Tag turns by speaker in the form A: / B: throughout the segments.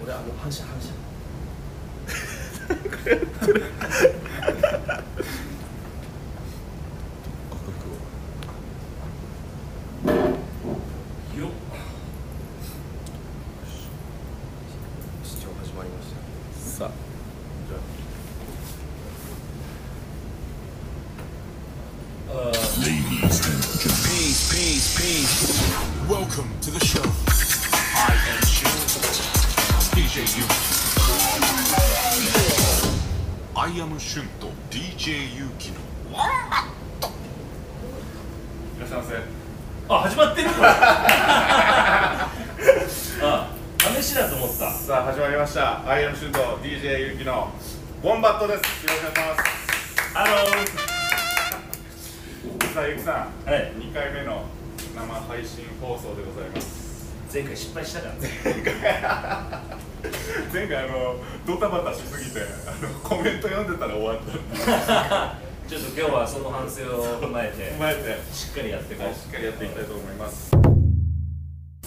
A: もう反射反射よっ視聴始まりました
B: さあ
A: じゃああー
C: Peace, peace, peace. Welcome to the show. I am Shu. DJ Yu. I am Shun と DJ ユ k キの
A: いらっしゃいませあ始ま ってるこれあ試しだと思った
D: さあ始まりました「アイアムシュート DJ ゆきのボンバット」ですよろしくお願いし
A: ハロ
D: ますさあゆきさん
A: ーはい
D: 2回目の生配信放送でございます
A: 前回失敗したからね
D: 前回あのドタバタしすぎてあのコメント読んでたら終わったんで
A: ちょっと今日はその反省を踏まえて
D: 踏まえて
A: しっかりやっていこ
D: はいしっかりやっていきたいと思います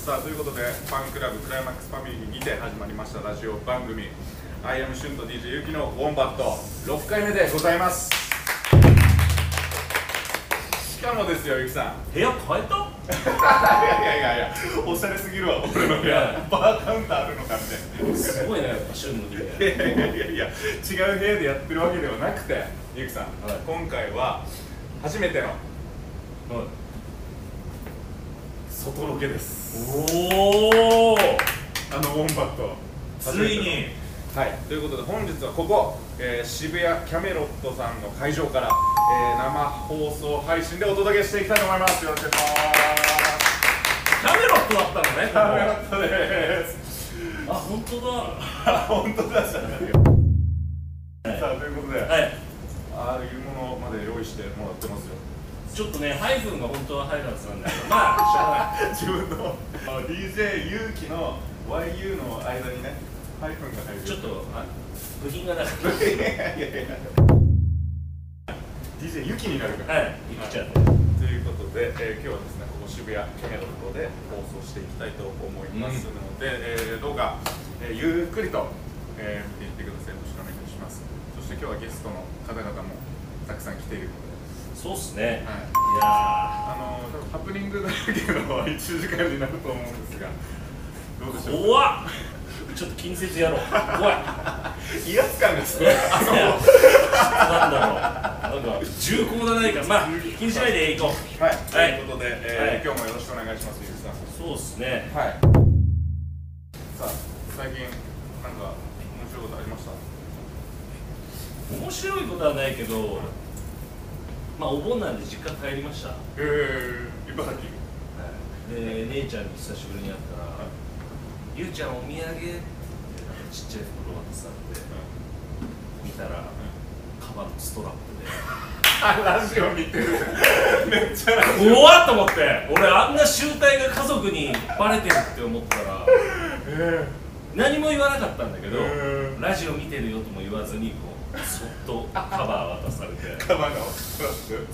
D: さあということでファンクラブクライマックスファミリーにて始まりましたラジオ番組「アイアムシュンと DJ ゆきのボンバット」6回目でございますしかもですよゆきさん
A: う部屋変えた
D: いやいやいやいや、おしゃれすぎるわ、俺の部屋、バーカウンターあるのかみ
A: すごいねやっぱ旬の部屋
D: たいな。いやいやいやいや、違う部屋でやってるわけではなくて、ゆきさん、
A: はい
D: 今回は初めての
A: はい
D: 外ロケです。
A: おお
D: あのウォンバット。初
A: つ
D: めて
A: い
D: の
A: に
D: はい、ということで本日はここ、えー渋谷キャメロットさんの会場から、えー生放送配信でお届けしていきたいと思います。よろしくお願いします。
A: キャメロットだったのね
D: キャメロットです。
A: ここあ本当だ
D: あ本当だじゃないよ。さあということで。
A: はい
D: ああいうものまで用意してもらってますよ
A: ちょっとねハイフンが本当はハイフンスなんだけ どまあしょうがない
D: 自分の DJ 勇気の YU の間にねハイフンが入る
A: ちょっとあ部品がなかっ
D: といやいやいや DJ ユキになるか
A: た
D: ら、
A: はいいくちゃん
D: ということで、えー今日はですねここ渋谷キャメロットで放送していきたいと思いますので、えーどうか、えーゆっくりと、えー見ていってくださいよろしくお願いしますそして今日はゲストの方々もたくさん来ているので、
A: そうっすね
D: はい
A: いや
D: あの多分ハプニングだらけの1時間になると思うんですが、どうでし
A: ー
D: ょう
A: 怖っちょっと近接やろう怖い
D: 威圧感がすごい、あのはい、
A: なんだろうなんか重厚だないからまあ気にしないでいこう
D: ということで、
A: はい
D: えー今日もよろしくお願いします、ゆうきさん。
A: そうっすね
D: はい、さあ、最近、なんか面白いことありました
A: 面白いことはないけどまあお盆なんで実家帰りました
D: えー、茨城、
A: で姉ちゃんに久しぶりに会ったら
D: はい
A: 「ゆうちゃんお土産」ってなんかちっちゃい袋渡されて見たらカバンのストラップ
D: あラジオ見てる、めっちゃラジ
A: で怖っと思って俺あんな集大が家族にバレてるって思ったら
D: オ、え
A: 何も言わなかったんだけど
D: うん
A: ラジオ見てるよとも言わずにこうそっとカバー渡されて
D: ー、玉川、ストラップ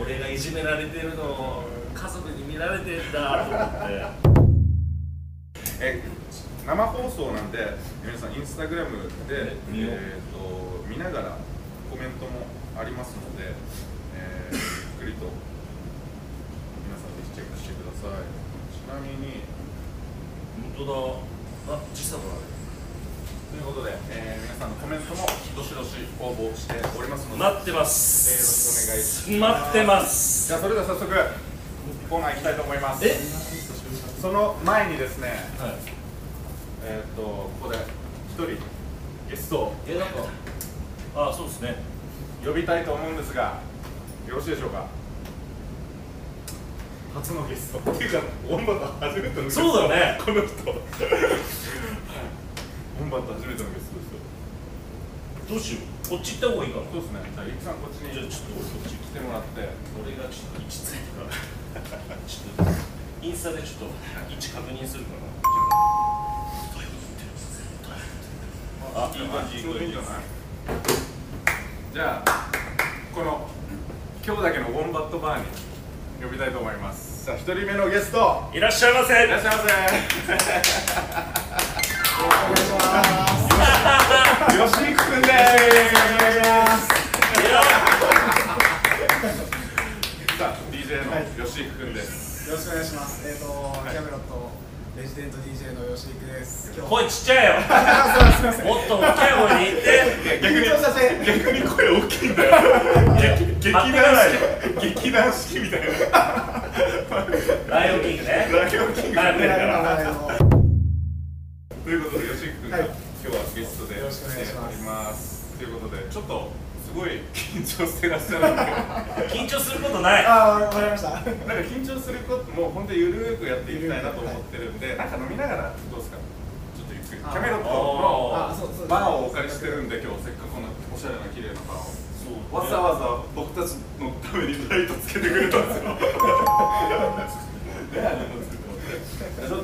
A: 俺がいじめられてるのを家族に見られてんだと思って
D: え生放送なんで皆さんインスタグラムで、
A: 見よう
D: えー、と見ながらコメントもありますので、えーゆっくりと皆さんぜひチェックしてくださいちなみに
A: 本当だあ時差が
D: ということで、えー皆さんのコメントもどしどし応募しておりますので、
A: 待ってま
D: えーよろ
A: す
D: しくお願いしま
A: 待っ
D: す
A: てま
D: じ
A: す
D: ゃあそれでは早速コーナー行きたいと思います
A: え
D: その前にですね
A: は
D: えっ、とここで一人ゲストを
A: いえなんかあそうですね
D: 呼びたいと思うんですがよろしいでしょうか初のゲストっていうかウォンバット初めてのゲスト
A: そうだよね
D: この人はいウォンバット初めてのゲス
A: ど
D: トですよ
A: うしようこっち行った方がいいかな
D: そうですねじゃあゆきさんこっちに
A: じゃあちょっと俺こっち
D: 来てもらって
A: 俺がちょっと位置ついてからちょっとインスタでちょっと位置確認するかなあいい感じいい
D: ちょうどいいんじゃない
A: 感
D: じゃあこの今日だけのウォンバットバーに呼びたいと思いますさあ一人目のゲスト
A: じいらっしゃいませ
D: いらっしゃいませ
A: お
E: よろしくお願いします。えっ、と、キャメロットレジデント DJ の吉井です。今日
A: 声ちっちゃいよもっと大きい声で言って
E: 逆にさせて。
D: 逆に声大きいんだよ劇団四季劇団四季み たいな
A: ライオンキングね
D: ライオンキングみたい
A: は
D: な
E: あ
D: ということで、吉井君が
E: はい
D: 今日はゲストで
E: よろしくお願いします
D: 来ております。ということで、ちょっとすごい緊張してらっしゃるんで、
A: 緊張することない
E: あー、わかりま した。
D: なんか緊張することも本当にゆるーくやっていきたいなと思ってるんで、なんか飲みながらどうですか、ちょっとゆっくり、キ
E: あ
D: ャメロット
E: あ、
D: の
E: そうそう。
D: バーをお借りしてるんで、今日せっかくこんなおしゃれな綺麗なバーを。わざわざ僕たちのためにライトつけてくれたん ですよ。ちょっ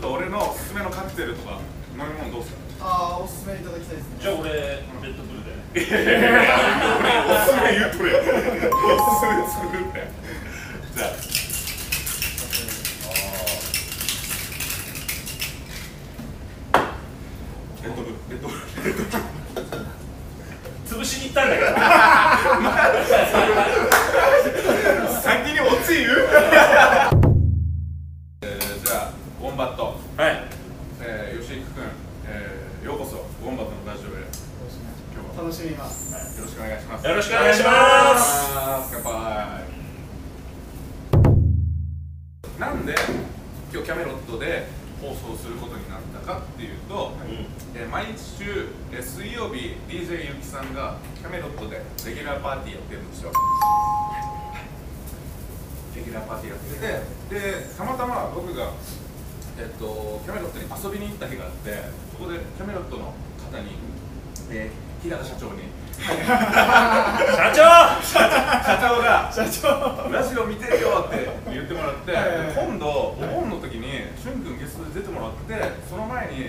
D: と俺のおすすめのカクテルとか飲み物どうすか。
E: あー、おすすめいただきたいですね。
A: じゃあ俺レッドブルで
D: おすすめ言うとれよおすすめ作るってじゃあレッドブルレッドブル
A: 潰しに行ったんだけど
D: 先に落ち言うえーじゃあウォンバット
A: はい
D: えー吉井君えーようこそウォンバットのラジオへ今日は
E: 楽しみます。
D: よろしくお願いします
A: よろしくお願いします
D: 乾杯なんで今日キャメロットで放送することになったかっていうと、えー毎週、えー水曜日 DJ ゆきさんがキャメロットでレギュラーパーティーやってるんですよレギュラーパーティーやっててでたまたま僕が、えっと、キャメロットに遊びに行った日があってそこでキャメロットの方に、えー、平田社長に
A: 社長
D: 社長がラジオ見てるよって言ってもらって今度お盆の時にしゅんくんゲストで出てもらってその前に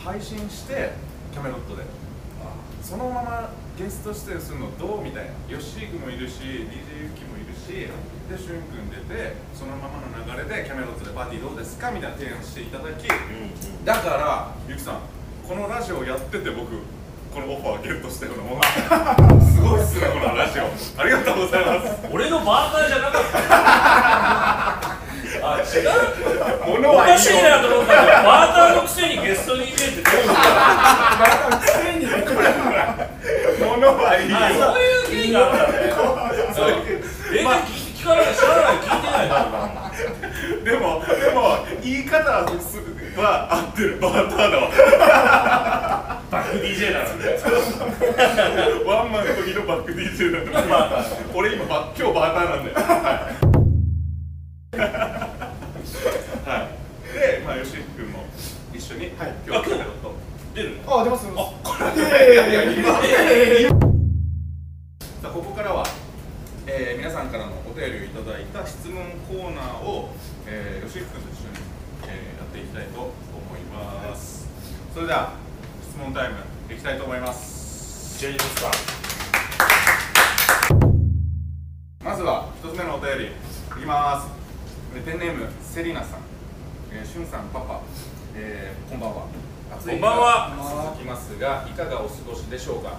D: 配信してキャメロットでそのままゲスト出演するのどうみたいなヨッシー君もいるし DJ ユキもいるしでしゅんくん出てそのままの流れでキャメロットでパーティーどうですかみたいな提案していただきだからゆきさんこのラジオやってて僕このオファーゲットしたようなもんすごいっすねこのラジオありがとうございます
A: 俺のバーターじゃなかったあ違う
D: 物
A: お
D: は
A: かしいなと思ったけどバーターのくせにゲストに入れてどう思う
D: 物はいいよ
A: あそういう経緯があったね
D: そういう
A: 全然聞聞かない知らない聞いてないから
D: でもでも言い方は合ってるバーターだわ
A: バック DJ なので
D: ワンマンの時のバック DJ だから俺今バ今日バーターなんだよはい、はい、でまあ吉井君も一緒に、
E: はい
D: 今日来たこと
A: 出る
E: あー、出ます。出ます
D: いやいや今さあここからは、えー皆さんからのお便りをいただいた質問コーナーを、えー、吉井君と一緒に、えーやっていきたいと思います、それでは質問タイムいきたいと思います
A: じゃあいいですか
D: まずは一つ目のお便りいきますえーペンネームセリナさん、えー、しゅんさんパパ、えーこんばんは暑い日
A: こんばんは
D: が続きますがいかがお過ごしでしょうか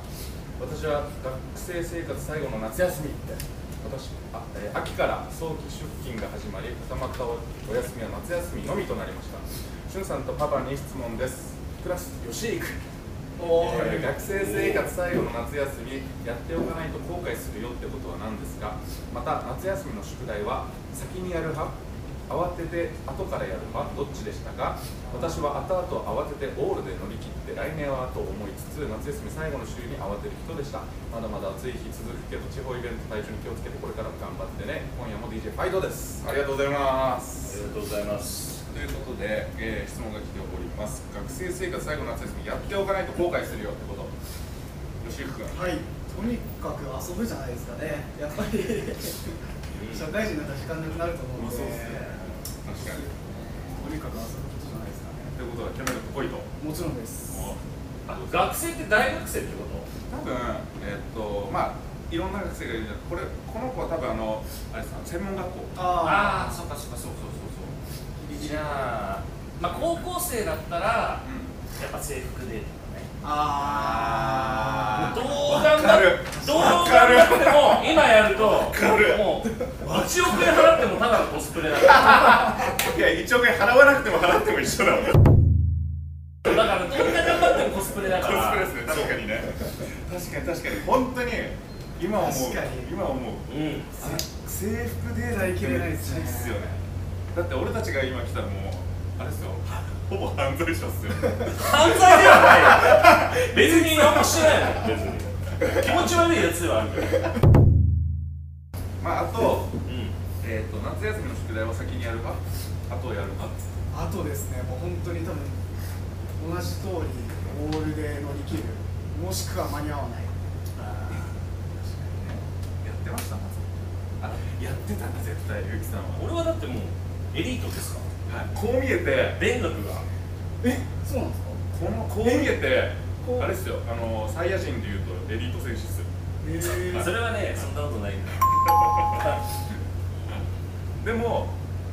D: 私は学生生活最後の夏休みって私あ、えー秋から早期出勤が始まり固まったおお休みは夏休みのみとなりましたしゅんさんとパパに質問ですクラス吉井君
E: お
D: えー
E: ー。
D: 学生生活最後の夏休みやっておかないと後悔するよってことは何ですかまた夏休みの宿題は先にやる派慌てて後からやる派どっちでしたか私は後々慌ててオールで乗り切って来年はと思いつつ夏休み最後の週に慌てる人でしたまだまだ暑い日続くけど地方イベント体調に気をつけてこれからも頑張ってね今夜も DJ ファイトですありがとうございます
A: ありがとうございます
D: ということで、えー質問が来ております学生生活最後の夏休みやっておかないと後悔するよってこと吉井君
E: はい。とにかく遊ぶじゃないですかね。やっぱり。 社会人になったら時間なくなると思う
D: ま
E: の
D: あ
E: で。
D: そうですね確かに
E: とにかく遊ぶことじゃないですかね。
D: ということはキャメルっぽいと
E: もちろんです。
A: あ学生って大学生ってこ
D: 多分えーっとまあいろんな学生がいるじゃんこれこの子は多分あのあれさ専門学校
A: と
E: あ
A: ああそっかそっかそうそうそうそうじゃあまあ高校生だったらや
D: う
A: っぱ制服でとかね
E: あ。ああ。
A: どう
D: わ
A: 頑
D: か
A: 張
D: る
A: っどう頑張っても今やると
D: かる
A: もう1億円払ってもただのコスプレだから
D: んいや1億円払わなくても払っても一緒だもんコス
A: だからどんな頑張ってもコスプレだから
D: プレですね確かにね確かに確かに本当に今思う
E: 確かに
D: 今思う
A: うん
D: 制服で
E: 耐えきれないですね
D: めっちゃいいっすよねだって俺たちが今来たらもうあれですよ ほぼ犯罪者っすよ
A: 犯罪ではない別に何もしてないの別に気持ち悪いやつではあるけど
D: まああと
A: うん
D: えっと夏休みの宿題は先にやるか後やるか
E: あとですね、もう本当に多分同じ通りオールで乗り切る、もしくは間に合わな
D: や
E: い。
D: ってました夏あやってたんだ絶対ゆうきさんは
A: 俺はだってもうエリートですから
D: こう見えて
A: 勉学が
E: え、そうなんですか。
D: このこう見えて
E: こう
D: あれっすよあのサイヤ人でいうとエリート選手っすよ
E: ええ
A: それはねそんなことないんだ
D: でも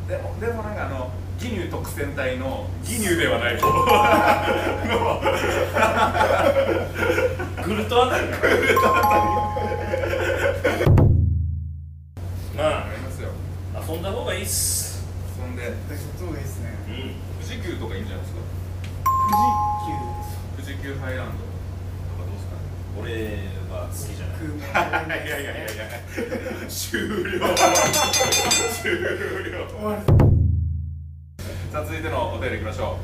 D: でもでもなんかあの義乳特選隊の義乳では ない方
A: グルトあたりグルトあ
D: あ
A: た
D: りますよ
A: りまあ遊んだ方がいいっす
D: そんで
E: そっちの方がいいですね。
A: うん
D: 富士急とかいいんじゃないですか
E: 富士
D: 富士急ハイランドとかどうですか
A: 俺は好き
D: ね
A: じゃない
E: 急です。空港。
D: いやいやいやいや終了終了
E: 終わる。
D: さあ続いてのお便りいきましょう、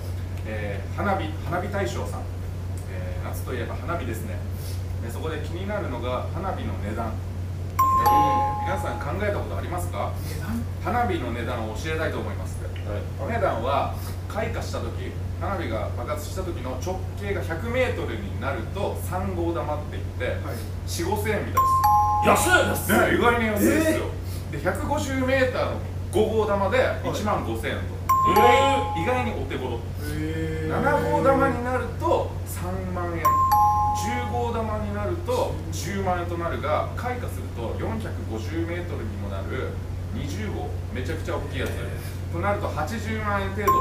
D: えー花火花火大賞さん、えー夏といえば花火ですねでそこで気になるのが花火の値段、えー皆さん考えたことありますか
E: 値段
D: 花火の値段を教えたいと思います、お値段は開花した時花火が爆発した時の直径が 100m になると3号玉っていって、
E: はい
D: 4 5千円みたいです
A: 安っ
D: ね、意外に安いですよ、で150メーターの5号玉で1万5000円と、
A: は
D: 意外にお手頃
E: え
D: 7号玉になると3万円10号玉になると10万円となるが開花すると450メートルにもなる20号めちゃくちゃ大きいやつとなると80万円程度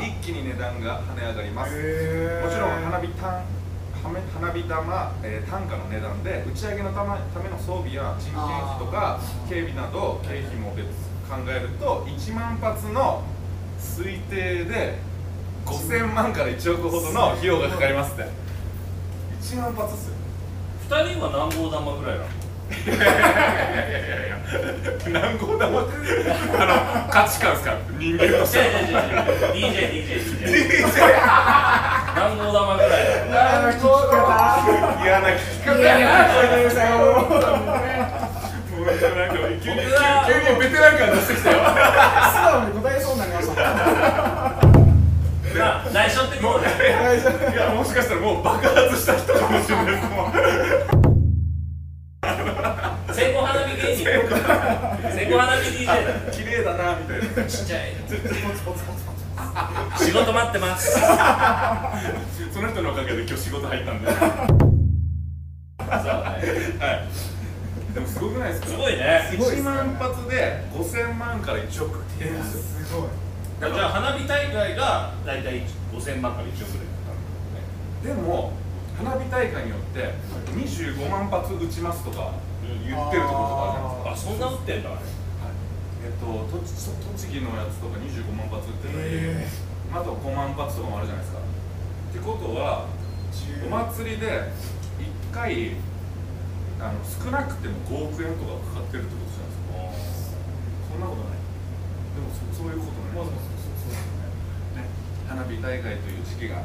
D: 一気に値段が跳ね上がります
E: え
D: もちろん花火単はめ花火玉、えー単価の値段で打ち上げのたまための装備や人件費とか
E: あー
D: 警備など経費も別考えると1万発の推定で5000万から1億ほどの費用がかかりますって1万発っすよ
A: い2人は何号玉ぐらいなの
D: 何号玉ってあの価値観っすから 人間として
A: DJDJDJ 何号玉ぐらいなの
E: あー聞き方
D: 嫌な聞き方
E: いやいやいやもう素
D: もうなんか急に急
A: 僕
D: に
A: は
D: ベテラン感出してきたよ
E: 直に答えそうになりました
A: まあ内緒ってことで
E: 大丈夫
D: いや、もしかしたらもう爆発した人かもしれないですもん。
A: 線香花火芸人線香花火 DJ だ
D: 綺麗だなみたいな。
A: ちっちゃい仕事待ってます
D: その人のおかげで今日仕事入ったんで。はい。でもすごくないですか。
A: すごいね
E: すごいっ
D: 1
E: すね
D: 万発で5000万から1億って言うんですよ。
E: すごい
A: じゃあ花火大会が大体5000万から1億ぐらい
D: でも花火大会によって25万発撃ちますとか言ってるところとかあるじゃないですか。
A: あそんな打ってんだあれ
D: えっと、栃栃木のやつとか25万発打ってたり、
E: え
D: あと5万発とかもあるじゃないですか。ってことは、お祭りで1回あの少なくても5億円とかかかってるってことじゃないですかそんなことないでもそそういうことない、ね、花火大会という時期が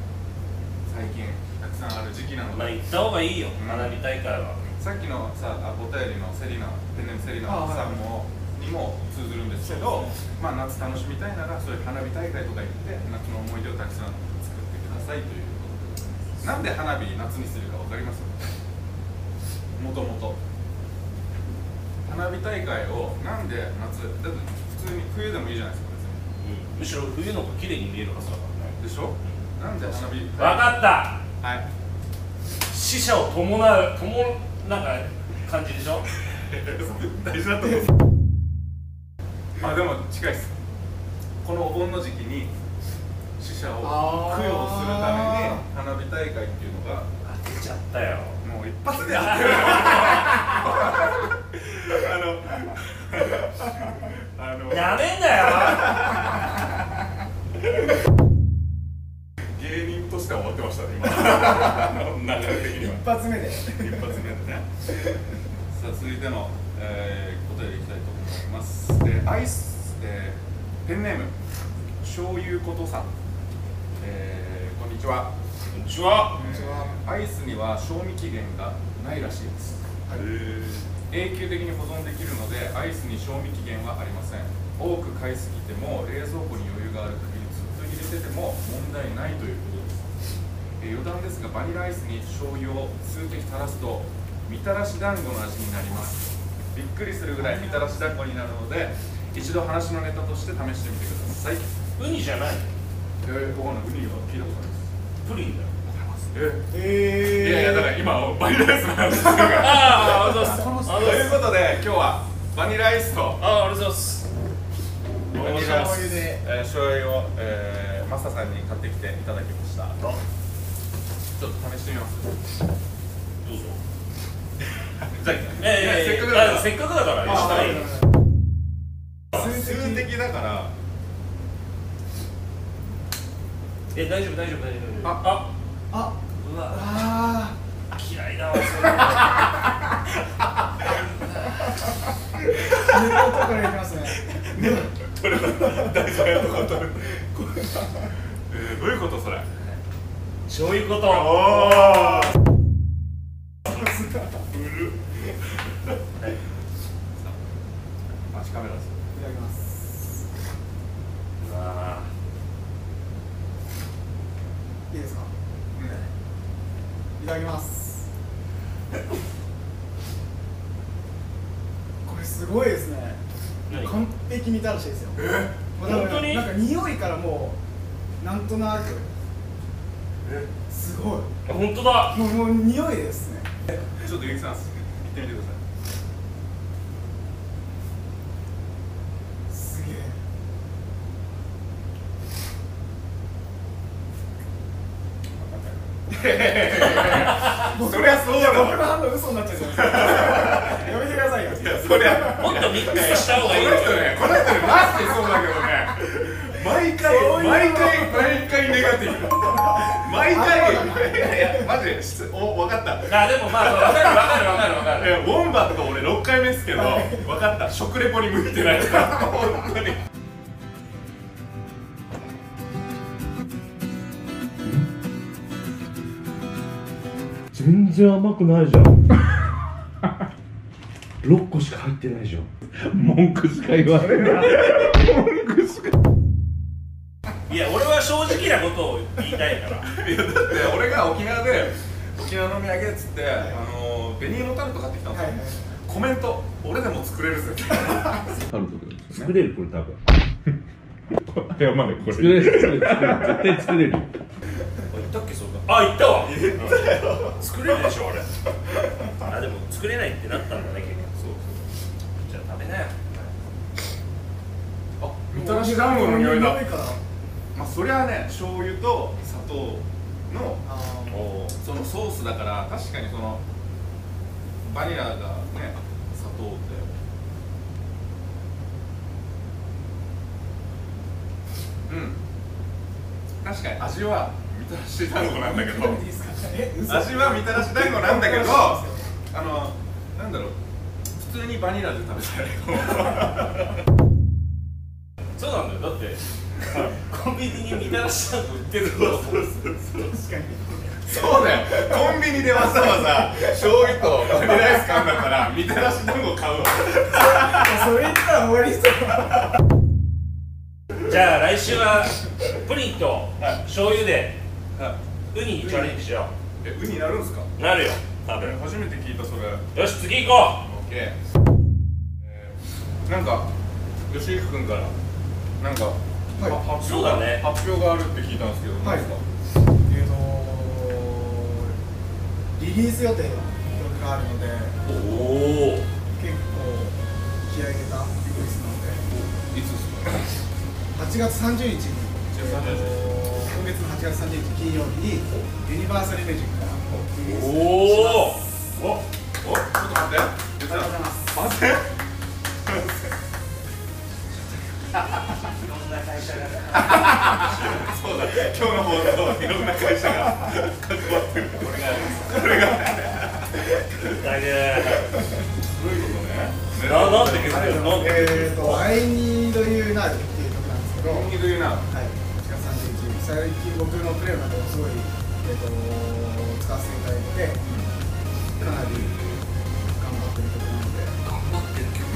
D: 最近たくさんある時期なの
A: まあ
D: で
A: 行った方がいいよ花火大会は
D: さっきのさあお便りのセリナ天然セリナさんも、にも通ずるんですけど、まあ、夏楽しみたいならそういう花火大会とか行って夏の思い出をたくさん作ってくださいということでございますなんで花火夏にするか分かりますもともと花火大会をなんで夏だって普通に冬でもいいじゃないですか
A: むしろ冬の方が綺麗に見えるはずだからね
D: 別にでしょなんで花火
A: 分かった
D: はい
A: 死者を伴う伴うなんか感じでしょ
D: 大事だと思うまあでも近いですこのお盆の時期に死者を
E: あー
D: 供養するために花火大会っていうのが
A: 当てちゃったよ
D: もう一発でやってるあのあの
A: やめんだよ
D: 芸人としては終わってましたね今流れ的には
E: 一発目で
D: 一発目でねさあ続いての、えー、答えでいきたいと思いますでアイス、えー、ペンネーム醤油ことさん、えー、こんにちは
A: こんにちは。
E: こんにちは
D: アイスには賞味期限がないらしいです永久的に保存できるのでアイスに賞味期限はありません多く買いすぎても冷蔵庫に余裕がある限りずっと入れてても問題ないということですえー余談ですがバニラアイスに醤油を数滴垂らすとみたらし団子の味になりますびっくりするぐらいみたらし団子になるので一度話のネタとして試してみてください
A: ウニじゃない。
D: えー、ここのウニは聞いたことないです
A: プリンだよ。
D: え
E: え
D: いやいやだから今バニラアイスの話してるから
A: ああ、ありがとうございます。あ
D: ということで今日はバニラアイスと
A: あ、ありがとうございます。おはようございま
E: 醤
A: す。
E: 油で
D: えー、醤油を、えー、マサさんに買ってきていただきましたちょっと試してみます
A: どうぞ。
D: じゃあ、
A: え
D: いや
A: え、
D: せっかくだ
A: あ
D: か
A: せっかくだからね。したい。
D: ら数的だから
A: え、大丈夫、大丈夫、大丈夫。
D: あ
A: あ、
E: あ
A: うわ。
E: あ
A: 嫌いだわそれは
E: ー根元からいきますね
D: 大丈夫やとことえー、どういうことそれ
A: そういうこと
D: お
A: は
D: おマジカメラですよ
E: いただきます
A: うわ
E: いいですかいただきますこれすごいですね
A: 何
E: 完璧みたらしですよもう多分
A: 本当に
E: なんか匂いからもうなんとなく
D: え
E: すごい
A: あ本当だ
E: もうもう匂いですね
D: ちょっとゆきさん行ってみてください
E: すげえ
D: そりゃそうだ
E: 僕の反応嘘になっちゃうじゃ ないですかやめてくださいよ
D: いやそりゃ
A: もっとミックスした方
D: こ
A: がいいよ
D: の人ね、この人ね、マジでそうだけどね。毎回、毎回、毎回ネガティ ブ。毎回、いやいや、マジで、しお、分かった。
A: あでもまあわかるわかるわかるわかる
D: え、ウォンバット、俺六回目ですけど、分かった、食レポに向いてないから、本当に。
F: 全然甘くないじゃん6個しか入ってないじゃん文句しか言われない
A: いや俺は正直なことを言いたいから
D: いや、だって、俺が沖縄で、沖縄のお土産っつって、あの、紅芋タルト買ってきたんですよ。コメント、俺でも作れるぜ。
F: 作れるこれ多分
D: や、まだ、こ
F: 作れる作れる作れる絶対作れるよ
A: 言ったっけそれあ言ったわ作れるでしょあれあでも作れないってなったんだね結局そうそうじゃあ食べなよ
D: あ、みたらし団子の匂いだ
E: 匂。から
D: まあ、そりゃね醤油と砂糖の
E: あー
D: そのソースだから確かにそのバニラがね砂糖でうん確かに味はみたらし団子なんだけど
E: いいですかえ嘘
D: 味はみたらし団子なんだけどあのなんだろう普通にバニラで食べたい
A: そうなんだよだってコンビニにみたらし団子売ってるの
E: 確かに
D: そうだよコンビニでわざわざ醤油とバニラアイス買うんだったらみたらし団子買うわ
E: それ言ったら終わりそう
A: じゃあ来週はプリンと醤油でウニにチャレンジしよ
D: えウニなるんすか
A: うなるよ多分
D: 初めて聞いたそれ
A: よし次行こ
D: OK、えー、なんか吉行君からなんか、
E: はい
D: は発
A: そう
D: 表が
A: だね
D: 発表があるって聞いたんですけど、
E: はい
D: なんか
E: えーとリリース予定の曲があるので
A: うおお
E: 結構気合い入れたリリースなので
D: いつですか
E: 8月30日に、えーと
D: 30
E: 今月の8月30日金曜日にユニバーサルミュージックからリリースし
A: おお
D: おお ちょっと待って
E: ますありがとうございます
D: 待って
A: そう
D: そうだ今日の放送いろんな会社が関わってるこれがこれが
A: 大変
D: 古いことね
A: ななんで削るのなんで
E: えーと、I need you now っていう曲なんですけど、
D: コンビニというな
E: はい、塚さんという最近僕のプレーの中ですごい、えー、と使わせていただいて、かなり頑張ってる曲なので、
A: 頑張ってる曲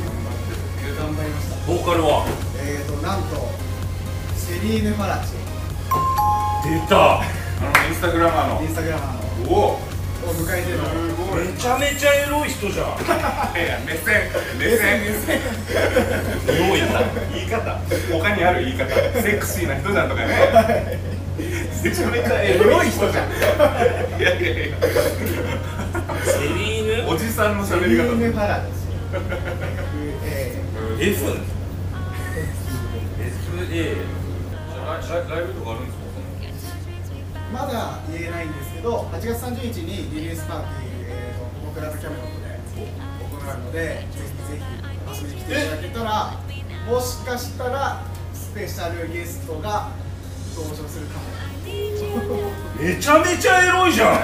E: 頑張りました。
A: ボーカルは
E: えー、となんと、セリーヌ・ファラチ、
A: 出た
D: あのインスタグラマーの
E: インスタグラマーの
D: おお
E: を迎えての、
D: ごい
A: めちゃめちゃエロい人じゃん
D: いや目線目線目線
A: エロいな
D: 言い方他にある言い方セクシーな人じゃんとかねめちゃめちゃエロい人じゃんいやいやいや
A: セリーヌ
D: おじさんの
E: セ
D: 喋り
E: リー
D: 方
E: ヌ・ファラ チ、え
A: F FA
D: ライブとかあるんですか
E: ーまだ言えないんですけど、8月30日にリリースパーティー、えー、と僕らとキャメロットで行われるので、ぜひぜひ遊びに来ていただけたら、もしかしたらスペシャルゲストが登場するかも。
A: めちゃめちゃエロいじゃん
D: 一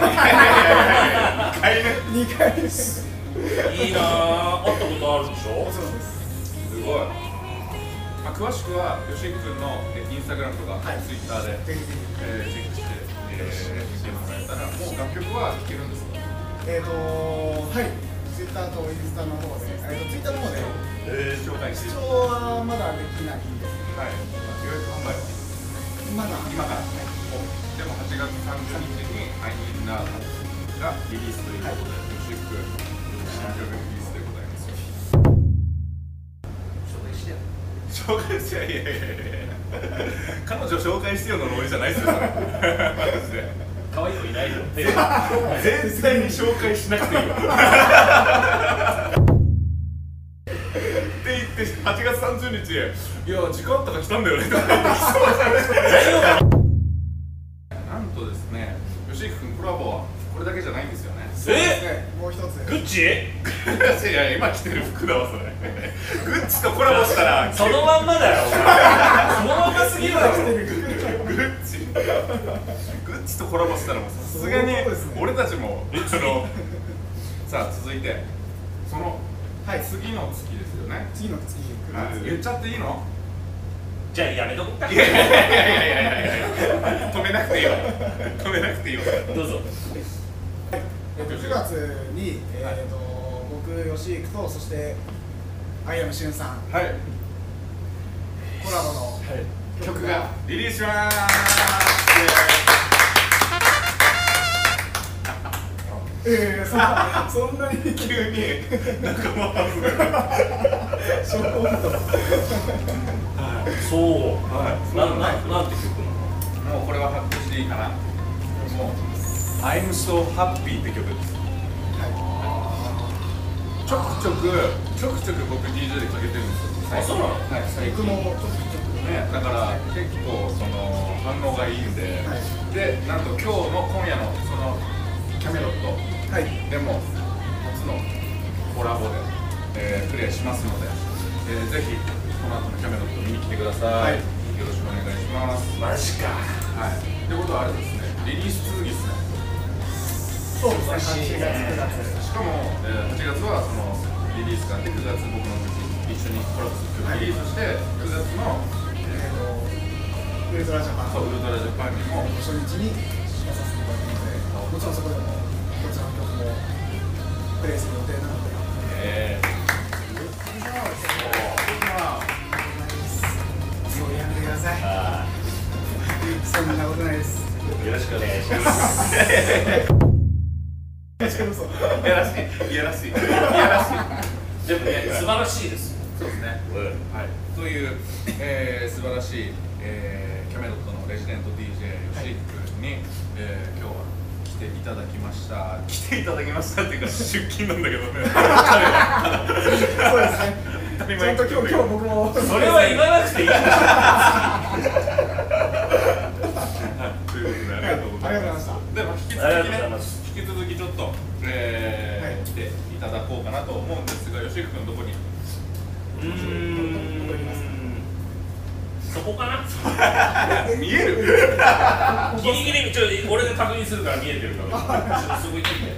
D: 回ね
E: 2回です。
A: いいなあ会ったことあるでしょ
E: そうです。
D: すごい、まあ、詳しくは吉井君のえインスタグラムとか、
E: はい
D: ツイッターで、
E: ぜひぜひ。
D: えーチェックして、えー、見てもらえたらもう楽曲は聴けるんですか
E: えっ、ー、とはい。ツイッターとインスタの方で、えっ、とツイッターの方で
D: えー、紹介して
E: 視聴
D: はい
E: はまだできないんです
D: 予約販売は
E: けど、まだ
D: 今からでも8月30日に「アイニーナーがリリースということで、吉井君新曲リリースでございます
G: 紹介してよ
D: 紹介しちゃいやいやいやいや彼女紹介してよのノリじゃないですよそれマジで
A: 可愛い子いないよ
D: 全体に紹介しなくていいよって言って8月30日いや時間とか来たんだよねなんとですね吉井君コラボはこれだけじゃないんですよね
A: え
E: ねもう一つ。
A: グッチ
D: いや今着てる服だわそれグッチとコラボしたら
A: そのまんまだよお前そのまんますぎるだろ
D: グッチグッチとコラボしたらもうさすがに
E: そうですね
D: 俺たちもあのさあ続いてその
E: はい。
D: 次の月ですよね
E: 次の月に来るんですけど
D: 言っちゃっていいの
A: じゃあやめとこっか
D: いやいやいやいやいや止めなくていいよ止めなくていいよ
A: どうぞ
E: えっと9月に、えっと僕吉幾とそしてアイアムしゅんさん
D: はい
E: コラボの曲
D: 曲
E: が、
D: がリリースします
E: ええそんなそんなに
D: 急に仲間外れ
E: ショックオフと
A: そう
D: はい
A: なななんて曲なの
D: もうこれはハッとしていいかなもう「I'm so happy」って曲ですちょくちょくちょくちょく僕 DJ でかけてるんですよ
A: あそうなの
D: はい最
E: 僕
D: 近
E: もちょ
D: ね
E: っとちょ
D: だか
E: っと
D: ら結構その反応がいいんで、
E: は
D: でなんと今日の今夜のそのキャメロット
E: はい
D: でも初のコラボで、えープレイしますので、えーぜひこの後のキャメロット見に来てください、
E: は
D: よ
E: い
D: ろしくお願いします
A: マジか
D: はいってことはあれですねリリース続きですね
E: そうですね8月
D: し
E: 9月
D: かも、えー8月はそのリリースがあって9月僕の時一緒にコラボする曲リリースして9月の
E: えっ、とウルトラジャパン
D: そうウルトラジャパンにも
E: 初日に出させていただくのでもちろんそこでもこちらの曲もプレイする予定なので
D: えー
E: そうやめてください
A: あ
E: そんなことないです
A: ーよろしくお願いします
D: いやらしいいやらしいいやらしいでもね
A: 素晴らしいです
D: そうですねはい、という、えー素晴らしい、えーキャメロットのレジデント DJ 吉井君に、えー今日は来ていただきました来ていただきましたっていうか出勤なんだけど ね
E: そうですね
D: 当たり
E: ちゃ
D: 前
E: んと今日今日僕も
A: それは言わなくていいんだ
D: ということでありがとうございます、
E: はい
D: でも引き
A: ありがとうござい
D: 続きね
A: ます
D: 引き続きちょっと、えー
E: はい
D: 来ていただこうかなと思うんですが吉井君どこ
A: う
D: に
A: ーんそこかな
D: 見える
A: ギリギリちょっと俺が確認するから見えてるからちょっとすぐ行ってみて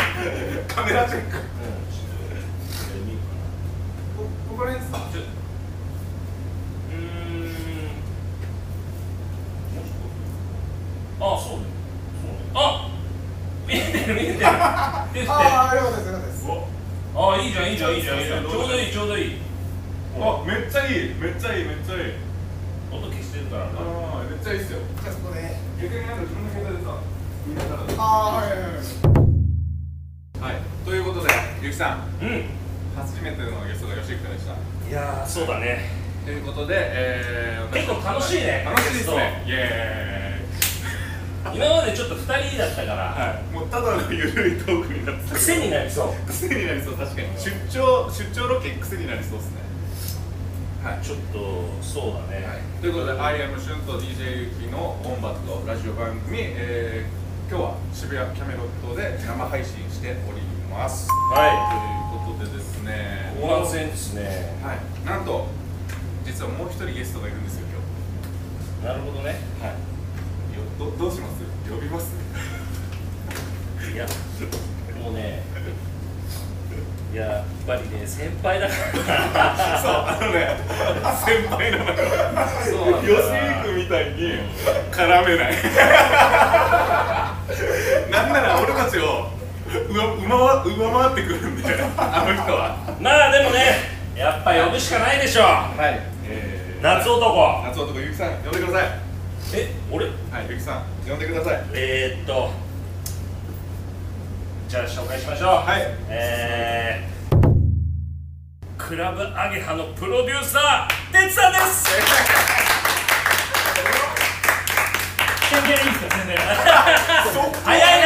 D: カメラチェック
E: こここら辺ですか
A: ちょっとうーんあそうだよそうだよあ見えてる見えてる出てきてあ
E: ああよかったですよかったです
A: あいいじゃんいいじゃんいいじゃんいいじゃんちょうどいいちょうどいい
D: あめっちゃいいめっちゃいいめっちゃいい
A: 音消してるからな
D: あーめっちゃいいっすよ
E: じゃあそこで
D: 逆になんか自分の携帯でさ見ながら
E: ああはいはいはい
D: はいということでゆきさん
A: うん
D: 初めてのゲストが吉井君でした
A: いやーそうだね
D: ということで、えー、
A: 結構楽しいね
D: 楽しいですねイエーイ
A: 今までちょっと2人だったから
D: はい、もうただのゆるいトークになってた
A: 癖になりそう
D: 癖になりそう確かに出張出張ロケ癖になりそうですねはい、
A: ちょっとそうだね、
D: ということで「アイアムシュンと DJ ゆきのオンバットラジオ番組、えー今日は渋谷キャメロットで生配信しております
A: はい
D: ということでですね
A: 後半戦ですね
D: はいなんと実はもう一人ゲストがいるんですよ今
A: なるほどね
D: 日はいよどどうします呼び ます
A: いやもうねいややっぱりね先輩だから
D: そう、あのね、先輩なの
A: そうな
D: よ。
A: んだ
D: 吉井君みたいに絡めない。なんなら俺たちを上上回上回ってくるんで、あの人は。
A: まあでもねやっぱ呼ぶしかないでしょ
D: はい。えー、
A: 夏男
D: 夏男ゆきさん呼んでください。
A: え俺
D: はい、ゆきさん呼んでください。
A: えー、っとじゃあ紹介しましょうはいえー、クラブアゲハのプロデューサー哲さん です
H: 宣伝いいですか宣伝
A: 早いな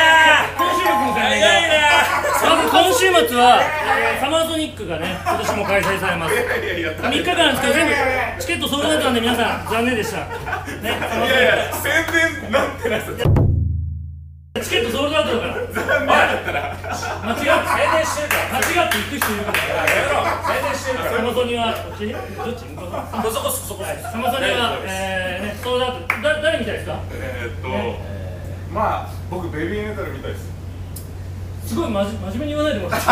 H: 今週末の宣
A: 早
H: 伝が
A: いな
H: まず今週末はサマーソニックがね今年も開催されます3
D: いやいや、
H: 日間ですけど全部チケットソールドアウトなんで皆さん残念でしたねサマー
D: い
H: ソニ
D: やい
H: ッ
D: や、宣伝なんてないです。
H: クチケットソールドアウトだ
A: 間違
H: から
A: う宣伝してるから
H: 間違って行く人いるから
A: やめろ宣伝してるから
H: サマソニはこっちどっち向こう
A: そこそこそこ
H: サマソニはえーねソールドアウトだ誰みたいですか
D: えーっと、まあ僕ベビーメタルみたいです。
H: すごい真じ真面目に言わないでもらっていい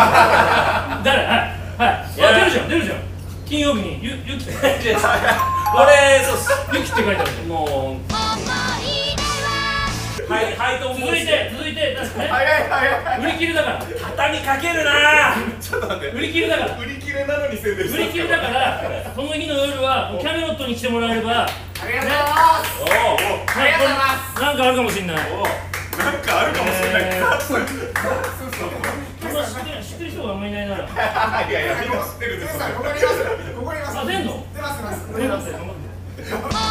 H: 誰はいはい
A: いや
H: あ出るじゃん出るじゃん金曜日にゆゆきゆきって
A: 俺そうっす
H: 書いてあるじゃん
A: もうはいはいと思
H: 続いて続いてだから
D: 早
H: ね
D: い早い。
H: 売り切れだから
A: 畳みかけるな
D: ちょっと待って。
H: 売り切れだから
D: 売り切れなのに宣伝した
H: 売り切れだからその日の夜はもうキャメロットに来てもらえれ
A: お
H: ば
A: お
H: ありがとうございますなんかあるかもしんない
D: なんかあるかもしれない。
H: え
D: カ
H: ー
D: ツ
H: こんな知ってる知ってる人があんまりいないなら
D: いやいや、みんな知ってるんで
E: 皆
D: すよ。
E: さんここにいますここにいます
H: あ出んの
E: 出ます出ます
H: 出ます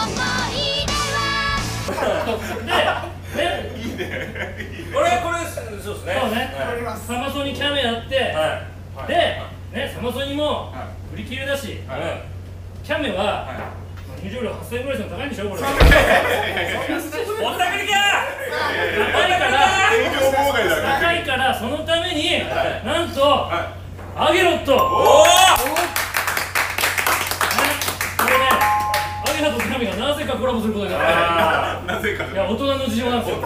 H: でね
A: これこれそうですね
H: そうね
E: ここにいます
H: サマソニキャメやって
A: は
H: でねサマソニも
D: は
H: 売り切れだし
A: いうん
H: キャメは
D: は
H: 入場料8000円ぐらいするの高いんでしょこれ
A: おたくりか
H: 高いから
D: 営業妨害だから。
H: 高いからそのためになんと
D: は
H: アゲロット
A: おお
H: ねこれね、アゲハとテラミがなぜかコラボすることになっ
A: あ
D: なぜか。
H: て、いや、大人の事情なんです よ。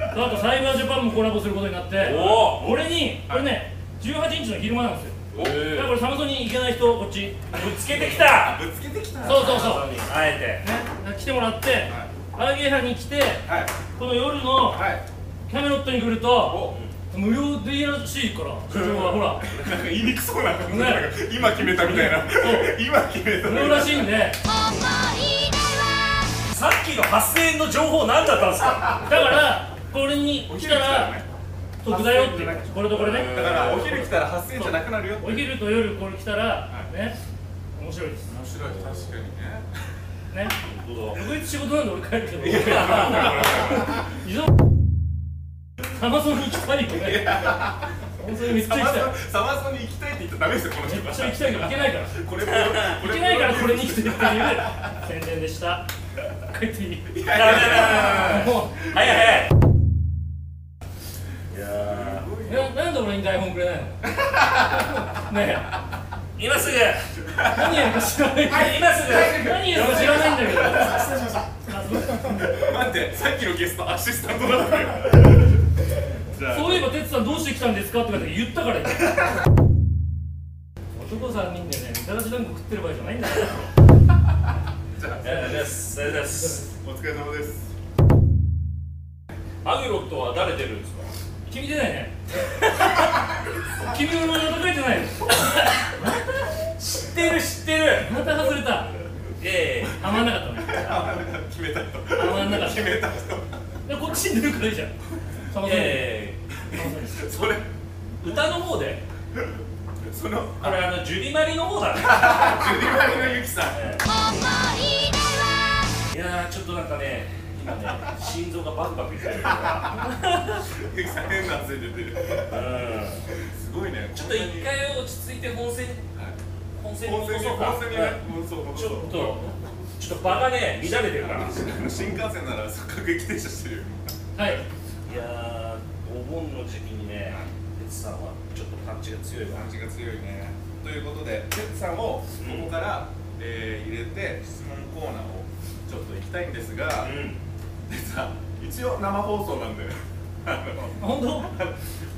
H: あと、サイバージャパンもコラボすることになって、
A: おお
H: 俺に、これね、18インチの昼間なんですよ。だからこれ、サムソニー行けない人、こっち、
A: ぶつけてきた
D: ぶつけてきた。は
H: そうそうそう、ね、
A: あえて
H: 来てもらって、アゲハに来て、
D: い。
H: この夜の
D: はい。
H: キャメロットに来ると、無料でいいらしいから、所長は、ほら、
D: なんか言いにくそうな。なんか今決めたみたいな。今決めた
H: 無料らしいんで、
A: さっきの8000円の情報何だったんですか
H: だから、これに
D: お
H: 来
D: 昼
H: た
D: 来たら
H: ら
D: ね。
H: 得だよっていう、これとこれね。
D: だからお昼来たら8000円じゃなくなるよ。
H: お昼と夜これ来たら、ね面白いです
D: 面白い確かにね。
H: ね
A: 本
H: 翌日仕事なんで俺帰るけどサマソニ行きたいよねサマソニめっちゃ
D: サマ
H: 行きたい
D: ソサマソに行きたいって言ったらダメですよこの人
H: めっちゃ行きたいけど行けないから行
D: これ
H: けないからこれに来てるっていう宣伝でした帰っていい
D: いやいやいや
H: も
A: 当はいはいいや
H: うななんで俺に台本くれないのね
A: ー今すぐ
H: 何やるか知らない
A: はい、今すぐ
H: 何やるか知らないんだけど
E: 失礼しました
H: あそう
D: 待ってさっきのゲストアシスタントだったよじゃあ
H: そういえば哲さんどうして来たんですかとかって言ったから言った 男3人でねみたらし団子食ってる場合じゃないんだから
D: じゃあ
A: ありがとうございますありがとうございます
D: お疲れ様です
A: アグロットは誰出るんですか
H: 君出ないね君の名前叩かれてない
A: 知ってる知ってる
H: また外れた
A: ええ
H: はまんなかったね
D: 決めた人
H: はまんなかった
D: 決めた人
H: でこっちに出るからいいじゃんさまさ
A: え
D: それ
A: え歌の方で
D: その
A: あれあのジュリマリの方だね
D: ジュリマリのゆきさん
A: いやーちょっとなんかね今ね心臓がバクバクいってる
D: ゆきさん変な汗出てる
A: うん
D: すごいね
A: ちょっと一回落ち着いて本戦本戦に
D: 本
A: 戻
D: 戦に
A: そうか
D: 本戦にね戻そう戻
A: ち
D: そ
A: ょ
D: う
A: っとちょっと場がね乱れてるから
D: 新幹線なら各駅停車してるよ
H: にはい
A: いやーお盆の時期にね哲さんはちょっとパンチが強いわ
D: 感じが強いねということで哲さんをここから、えー入れて質問コーナーをちょっと行きたいんですが
A: う、ん
D: 哲さん一応生放送なんで あの
H: 本当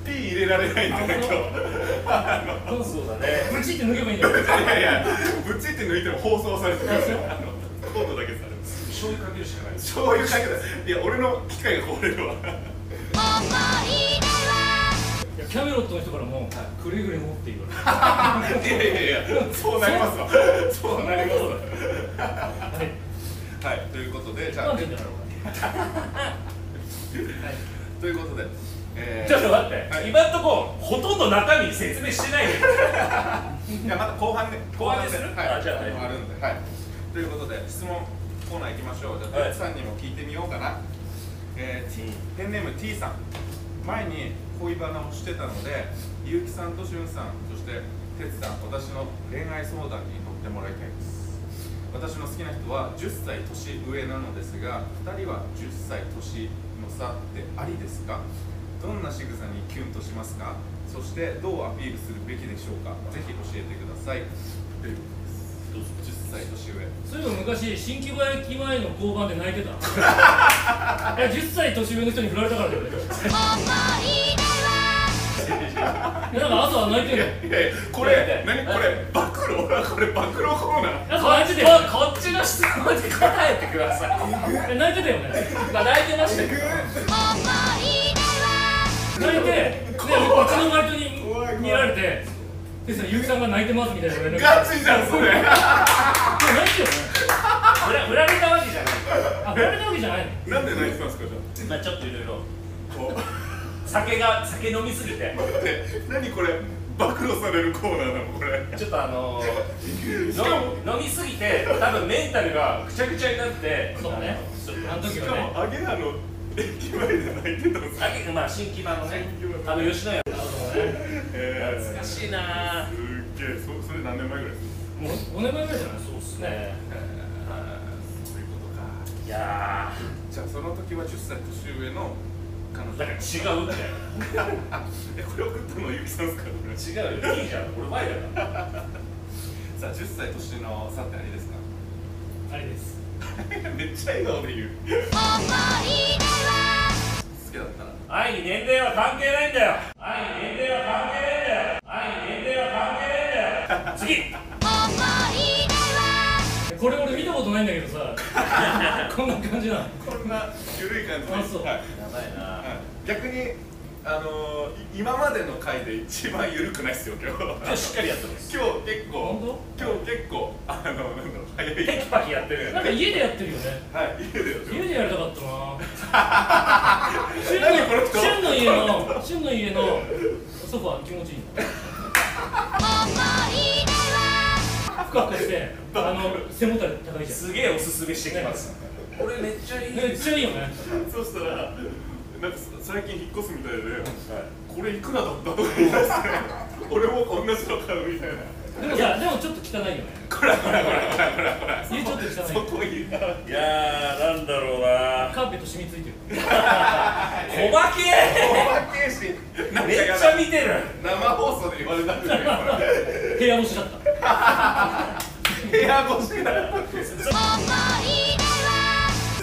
D: ピー入れられないんだよ今
H: そうそう
A: そうだね
H: ブチって抜けばいいんだよ
D: 日 いやいやぶっちって抜いても放送されてるから
H: そう
D: あのコートだけされる
A: 醤油かけるしかないです
D: 醤油かけたいや俺の機械が壊れるわ
H: いやキャメロットの人からもくれぐれもって言われて
D: いやいやいやそうなりますわそうなりますわ
H: はい
D: はいということでじゃ
H: な
D: あ
H: んて言うんだろう
D: ということで、えー
A: ちょっと待って、
D: はい
A: 今んとこほとんど中身説明してないよ
D: いやまだ後半で
A: 後半です
D: 後
A: ね
D: はい、
A: あじゃあね
D: あるんではいということで質問コーナー行きましょうじゃあ、
A: はい
D: てつさんにも聞いてみようかな、えー T ペンネーム T さん前に恋バナをしてたのでゆうきさんとしゅんさんそしててつさん私の恋愛相談に乗ってもらいたいです私の好きな人は10歳年上なのですが2人は10歳年の差ってありですかどんな仕草にキュンとしますかそしてどうアピールするべきでしょうかぜひ教えてくださいということです10歳年上
H: そういえば昔新木場駅前の交番で泣いて たいや10歳年上の人に振られたからだよねいやなんか朝は泣いてるよ
D: えこれ何これ暴露 これ暴露コーナー
H: 朝泣いてたよ
A: こっちの質問に答えてください
H: え泣いてたよね
A: まあ泣いてましたけど
H: 泣いてでうちのバイトに見られてでさゆうきさんが泣いてますみたいな連絡
D: ガチじゃ んそれ
H: いや泣いてたよね
A: 振ら振られたわけじゃない
H: あ振られたわけじゃないの
D: なんで泣いてたんですかじゃ
A: まあちょっといろいろ
D: あこ
A: 酒が酒飲みすぎて
D: うで何これ暴露されるコーナーなのこれ
A: ちょっとあのー、
D: しかも
A: の飲みすぎて多分メンタルがぐちゃぐちゃになって
H: そうね
A: ちょっ
H: あの時
D: し
H: は
D: か
H: ね
D: もアゲハの駅前で泣いてたんです
A: とあけまあ新規版のねあの吉野家
D: え
A: 懐かしいな
D: ー、すっげえそそれ何年前ぐらいです
H: もう5年前ぐらいじゃない
A: そうっすね
D: そういうことか
A: いや
D: じゃあその時は10歳年上の彼
A: ー
D: 女
A: だから違うっ
D: えこれ送ったのゆきさんですからね
A: て違うよいいじゃん俺前だから
D: さあ10歳年の差ってあれですか
H: あれです
D: めっちゃ笑顔で言う好きだったら
A: 愛に年齢は関係ないんだよ愛に年齢は関係ないんだよ愛に年齢は関係ないんだよ次
H: これ俺見たことないんだけど さこんな感じなの
D: こんな緩い感じで
H: あそう
D: はい
A: やばいな
D: はい、逆にあのー、い今までの回で一番緩くないっすよ今日今
A: 今日しっかりやってます
D: 日結構今
H: 本
D: 日結構あのなんだろう早い
A: テキパキやってるよ
H: なんか家でやってるよね
D: はい家でよ
H: 家でやりたかったな旬の
D: 何この人
H: 旬の家の旬の家のソファー気持ちいいふかふかしてあの背もたれ高いじ
A: すげえおすすめしてきますこれめっちゃい
H: ゃ
A: い
H: んめっちゃいいよね
D: そしたらなんか最近引っ越すみたいで、これいくらだったとか言い出して 俺も同じの買うみたいな
H: でもさでもちょっと汚いよね
D: こらこらこらこらこらこら
H: 家ちょっと汚い
D: そこ言うな
A: いやーなんだろうな
H: カーペット染みついてる
A: お化け
D: お化けしなんか
A: めっ
D: や
A: ちゃ
D: だ
A: 見てる
D: 生放送で言われたんだよ
H: 部屋干しだった
D: エア越しだから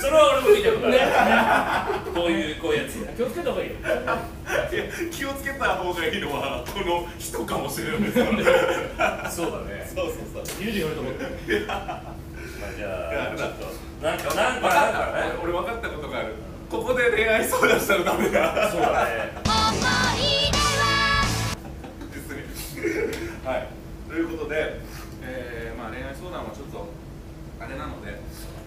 A: それは俺も見たことある、こういうこういうやつ
H: 気をつけた方がいいよ
D: いや気をつけた方がいいのはこの人かもしれないですよね
A: そうだね
D: そうそうそう
H: 言うで言われたこと
A: まあじゃあち
D: や
A: ょ
D: だ
A: っとなんかなん
D: 分
A: か
D: かっ
A: なんか
D: た
A: ね
D: 俺俺分かったことがあるここで恋愛相談したらダメだ
A: そうだね
D: ですね。 はい。ということで、えーまあ恋愛相談はちょっとあれなので、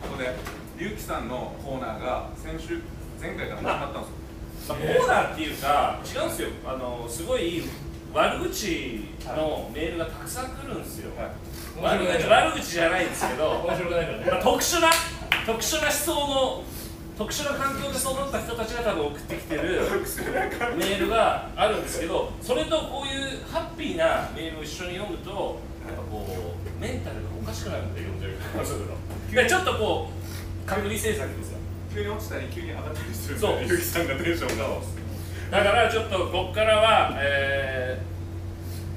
D: ここでゆうきさんのコーナーが先週前回から始まったんですよ。
A: まあコーナーっていうか違うんですよあのすごい悪口のメールがたくさん来るんですよ、
H: はい
A: 悪口悪口じゃないんですけど、
H: 面白くないからね
A: まあ、特殊な特殊な思想の特殊な環境で育った人たちが多分送ってきてるメールがあるんですけどそれとこういうハッピーなメールを一緒に読むとやっぱこうメンタルがおかしくなるんで読んでるからそう いうのだからちょっとこう隔離政策ですよ
D: 急に落ちたり急に上がったりするん
A: そう
D: で、ゆうきさんがテンションが。
A: だからちょっとこっからは、え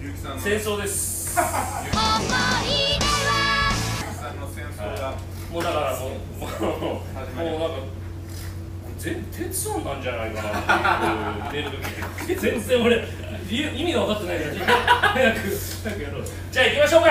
D: ゆうきさん
A: ー、
D: の
A: 戦
D: ゆう
A: 争です
D: きさんの戦争が
A: もうだからもうもうも
D: 始
A: う
D: まり
A: なんか全鉄音なんじゃないかなっていうメールが来て
H: 全然俺理由意味が分かってないから早く早くやろう
A: じゃあ行きましょうか、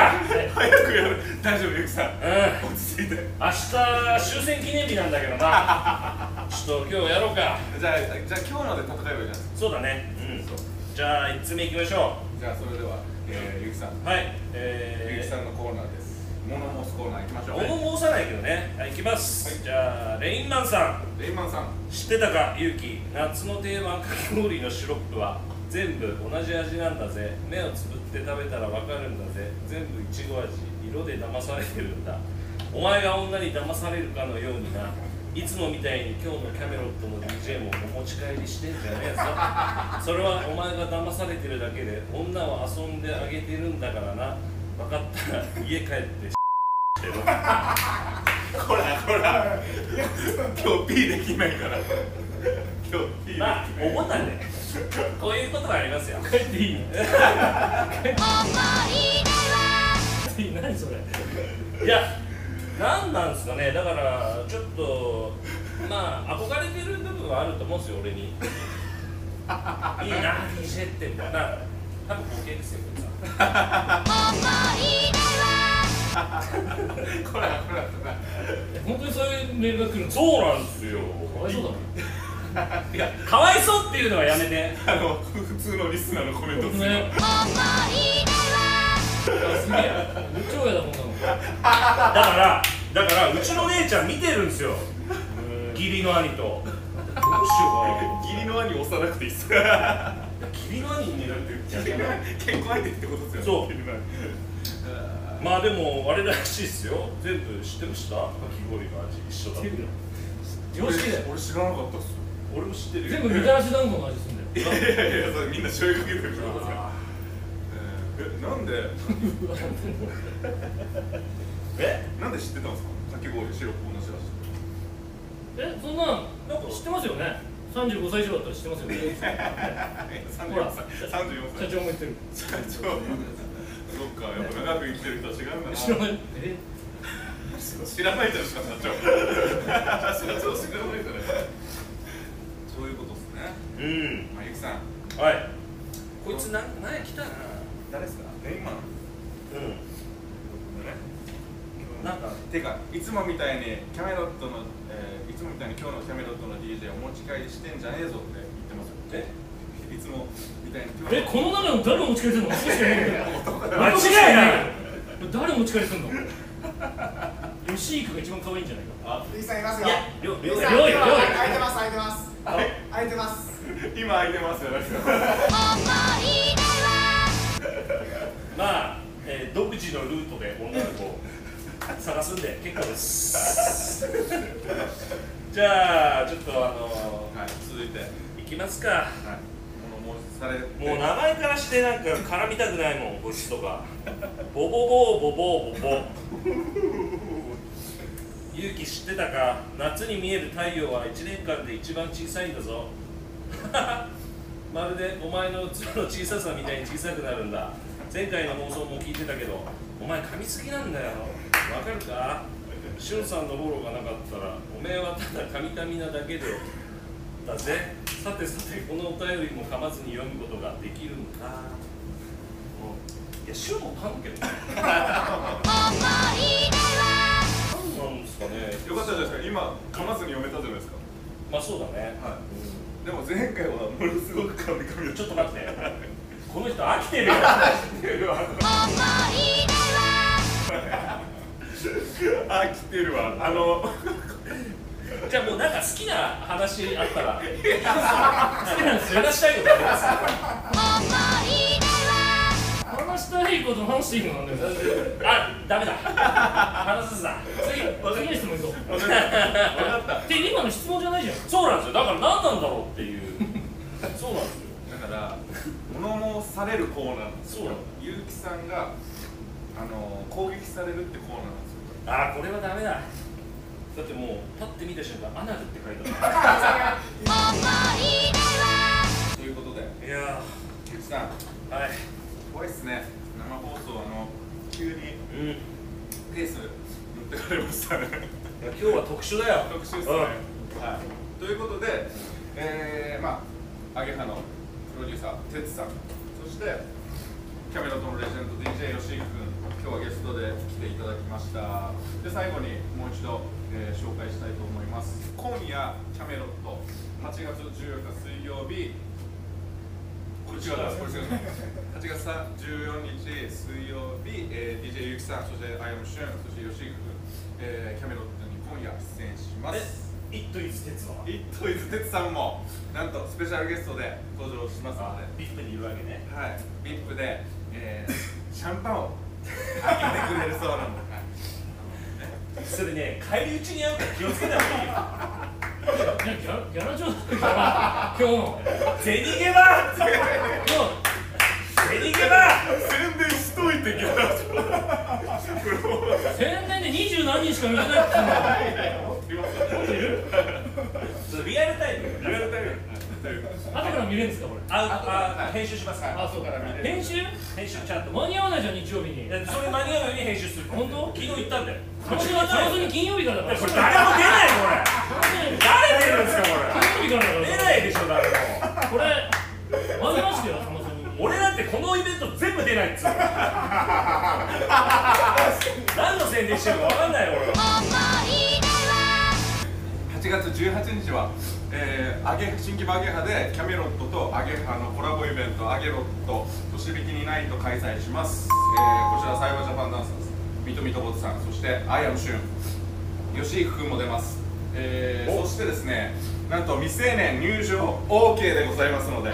D: 早くやる。大丈夫ゆうきさん。
A: うん
D: 落ち着いて。
A: 明日終戦記念日なんだけどなちょっと今日やろうか
D: じゃあじゃあ今日ので戦えばいいじゃないですか。
A: そうだねうんじゃあ1つ目行きましょ
D: じゃあそれでは、えー、ゆうきさん、
A: うはい
D: ゆう
A: え
D: き
A: ー
D: さんのコーナーです。物申すコーナー行きましょう。
A: 物申さないけどね、はい、行きます、
D: はい
A: じゃあレインマンさ
D: レイマンさん。
A: ん知ってたかゆうき夏の定番かき氷のシロップは全部同じ味なんだぜ目をつぶって食べたらわかるんだぜ全部いちご味色で騙されてるんだお前が女に騙されるかのようにないつもみたいに今日のキャメロットの DJ もお持ち帰りしてんじゃねえぞそれはお前が騙されてるだけで女は遊んであげてるんだからな分かったら家帰って
D: ほらほら今日 P できないから今日 P できない
A: まあ、思ったんで、こういうことがありますよ。
H: 帰っていいの帰っていい何それ
A: いや、なんなんですかね、だから、ちょっと、まあ、憧れてる部分はあると思うんですよ、俺 に。いいな、DJ ってみたいな、多分ボケですよ、こいつは
D: ほらほらほ
H: 本当にそういうメールが来るのか
A: そうなんですよ。
H: わいそうだもん
A: かわいそうっていうのはやめて。
D: らあの普通のリスナーのコメントする
H: ねすげえ無調やだもんなの
A: だから、だから、うちの姉ちゃん見てるんですよ。義理の兄と。どうしようかな。
D: 義理の兄押さなくていいっす
A: 義理の兄になるって言っ
D: 結
A: ちゃう
D: 婚相手ってことですよ
A: そう
D: ね義理の兄
A: まあでもあれらしいですよ全部知ってましたかき氷の味一緒だって
H: 常識だよ
D: 俺俺知らなかったっす
A: 俺も知ってる
H: 全部みたらし団子の味するんだよ
D: いやいやいやそれみんな醤油かけてるってことですよえなんで
A: え
D: なんで知ってたんですかかき氷シロップ同じだし
H: えそんなんなんか知ってますよね35歳以上だったら知ってますよね
D: 三
H: ほら
D: 34歳34
H: 社
D: 歳
H: 長も言ってる
D: 社長そっかやっぱ長く生きてる人は違うんだな
H: 知らないえ
D: 知らないじゃないですか社長社長知らないじゃないそういうことですね
A: うん
D: まあゆきさん
A: はいこいつな前来たな
D: 誰ですかレイマン
A: う
D: だね
A: んなんか
D: てかいつもみたいにキャメロットの、えーいつもみたいに今日のキャメロットの DJ お持ち帰りしてんじゃねえぞって言ってますよ
A: え
D: いつもみたいに今日
H: えこの中の誰持ち帰りするの私しかいないんだよ
A: 間違いない
H: 誰持ち帰りするの吉幾が一番可愛いんじゃないか
E: ゆきさんいますよ
A: いやりょりょ
E: ゆきさん
H: りょうよ
E: 今
H: りょうよ
E: 空いてます空いてます空い
D: 今空いて
E: てます
D: ますよ
A: まあ、えー独自のルートで女の子を探すんで結構です じゃあちょっとあの
D: はい続いてはい
A: いきますか
D: 物申されて
A: もう名前からしてなんか絡みたくないもんこいつとかボボボーボボーボボ勇気知ってたか夏に見える太陽は1年間で一番小さいんだぞまるでお前の器の小ささみたいに小さくなるんだ前回の放送も聞いてたけどお前噛みすぎなんだよわかるかしゅんさんのフォローがなかったらおめえはただ噛み噛みなだけでだぜさてさてこのお便りも噛まずに読むことができるのかうんいやしゅんも噛むけどね何なんですかね
D: よかったじゃないですか今噛まずに読めたじゃないですか
A: まあそうだね、
D: はいでも前回はものすごく噛み噛みを
A: ち
D: ち
A: ょっ
D: ょっ
A: と
D: と
A: 待ってこの人飽きてるよ
D: きてるわ飽きてるわあの
A: じゃあもうなんか好きな話あったら話したいことあります
H: 話したいこと話していいのなんだよ
A: あ、ダメだ。話すな。
H: 次次の質問いこう
D: 分かった
H: で今の質問じゃないじゃん
A: そうなんですよ。だから何なんだろうっていう。そうなんですよ。
D: だから物申されるコーナーなんですよ
A: そうなの
D: ゆうきさんがあの攻撃されるってコーナーな
A: あ
D: んですよ
A: ー、これはダメだ。だってもう立って見た瞬間アナルって書いてあ
D: ということで
A: る。いや
D: ゆうきさん
A: ー、はい。
D: 怖いっすね生放送あの急に
A: うん。いや
D: ペース持ってかれましたね
A: 今日は特殊だよ。
D: 特集ですね、はい、ということでえー、まあアゲハのプロデューサーてつさんそしてキャメロットのレジェンド DJ 吉井君今日はゲストで来ていただきましたで最後にもう一度、えー紹介したいと思います今夜キャメロット8月14日水曜日こっち側だこっち側だ8月14日水曜日、えー DJ ゆきさんそしてアイアムシュンそして吉井君、えーキャメロットに今夜出演します
A: え、一と一鉄の。
D: 一頭伊豆哲さんもなんとスペシャルゲストで登場しますので
A: ビップにいるわけね。
D: はい VIP で、えーシャンパンを開けてくれるそうなので
A: それね、帰り討ちに会うから気をつけた方がいいよ。
H: いやギャギャラ状態だ今日の
A: 銭ゲバ
H: 今日
A: 銭ゲバ
D: 宣伝しといてギャラ嬢
H: 宣伝で二十何人しか見れないっつうの
A: ちょっとリアルタイム。
D: 言われたよ
H: 後から見れるんですかこれ
A: あ、あ、編集しますから。
D: あそうから見れる
H: 編集
A: 編集ちゃんと。
H: 間に合わないじゃん日曜日に
A: いやそれ間に合うように編集する。
H: 本当
A: 昨日言ったんだよ。
H: そもそも金曜日からだから
A: これ誰も出ないこれ。誰出るんですかこ
H: 金曜日からだ
A: れ。
H: か
A: 出
H: ら
A: ないでしょ誰も。
H: これ混ぜましてよさんまさんに
A: 俺だってこのイベント全部出ないっつうの。何の宣伝してるかわかんないよ俺は。
D: 8月18日は、えー、アゲ新規バゲハでキャメロットとアゲハのコラボイベントアゲロット都市ビキニナイト開催します、えー、こちらサイバージャパンダンサーズミトミトボツさんそしてアイアムシュン吉幾君も出ます、えー、そしてですねなんと未成年入場 OK でございますので、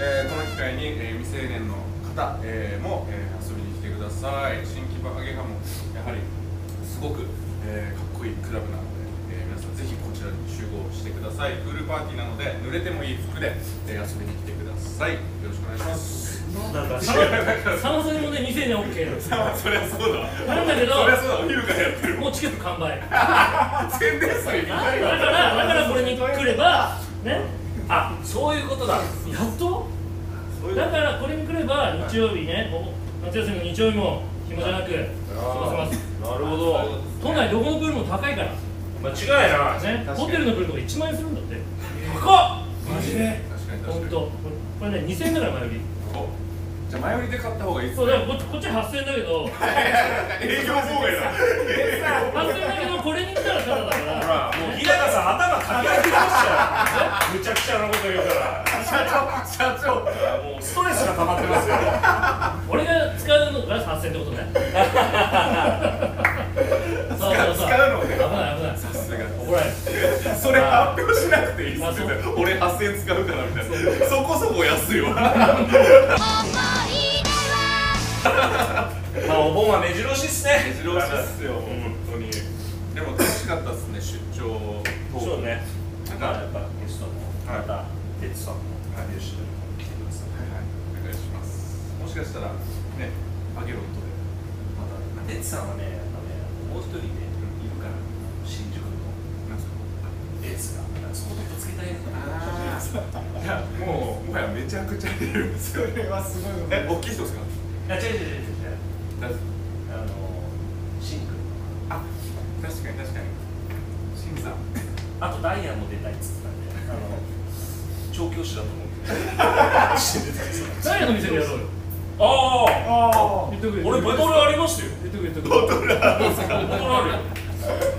D: えー、この機会に、えー未成年の方、えーも、えー遊びに来てください新規バゲハもやはりすごく、えーかっこいいクラブなので、えー皆さんぜひこちらに集合してくださいクールパーティーなので濡れてもいい服で、えー遊びに来てくださいよろしくお願いします
A: なんだ。
H: さんまさんにもね2000円 OK なんですよ
D: そりゃそうだ
H: なんだけど
D: そりゃそうだお昼からやってる
H: もうチケット完売だか
D: 宣伝祭みたい
H: ら
D: な
H: だからこれに来ればね
A: あ、そういうことだ。
H: やっと
D: そういう
H: だからこれに来れば日曜日ねお夏休みの日曜日も暇じゃなく過ごせます
A: なるほど。
H: 都内どこのプールも高いから
A: 間違いない。
H: ねホテルのプールとか1万円するんだって
A: 高っ。
H: マジで
D: 確かに確
H: 本
D: かに
H: 当これね2000円だから前売り
D: おじゃあ前売りで買った方がいいっす
H: そうだからこっちこっち8000円だけど
D: 営業妨害だ
H: 8000円だけどこれに来たらただだから
A: ほら、もう日高さん頭かき上げてましたよ。むちゃくちゃなこと言うから。
D: 社長
A: もうストレスが溜まってますよ。
H: 俺が使うのが8000ってことね。
D: 使うのね
H: そうそうそう。危ない危ない。
D: さすが
H: 怒られる。
D: それ発表しなくていいっ
H: あ
D: す
H: そう
D: よ俺8000円使うからみたいなそこそこ安いわ
A: まあ、お盆は目白押しっすね。
D: 目白押しっすよ本当にでも楽しかったっすね出張トーク
A: そうね。
D: なんか
A: まあ、やっぱゲストも、また、哲さんも、
D: はい
A: 吉野にも来てください。
D: はいはいお願いしますもしかしたらねアゲロットで
G: また哲さんはねやっぱねもう一人でいるから新宿の
D: なんすか
G: 哲がそこでぶつけたい
D: いやもうもはやめちゃくちゃいるんですよ
E: それはすごいわ
D: え大きい人ですか
A: あ違う違う違う違う
D: だ
A: あのシンク
D: あ確かに確かにシンさん
A: あとダイヤも出たいっつってたんであの調教師だと思って
H: ダイヤの店でやろうよ
A: あ
E: あ
H: 言っとくれ
A: 俺ボトルありますよ
H: 言っとくれ言っとく
A: ボト
H: れ
A: ルあるよ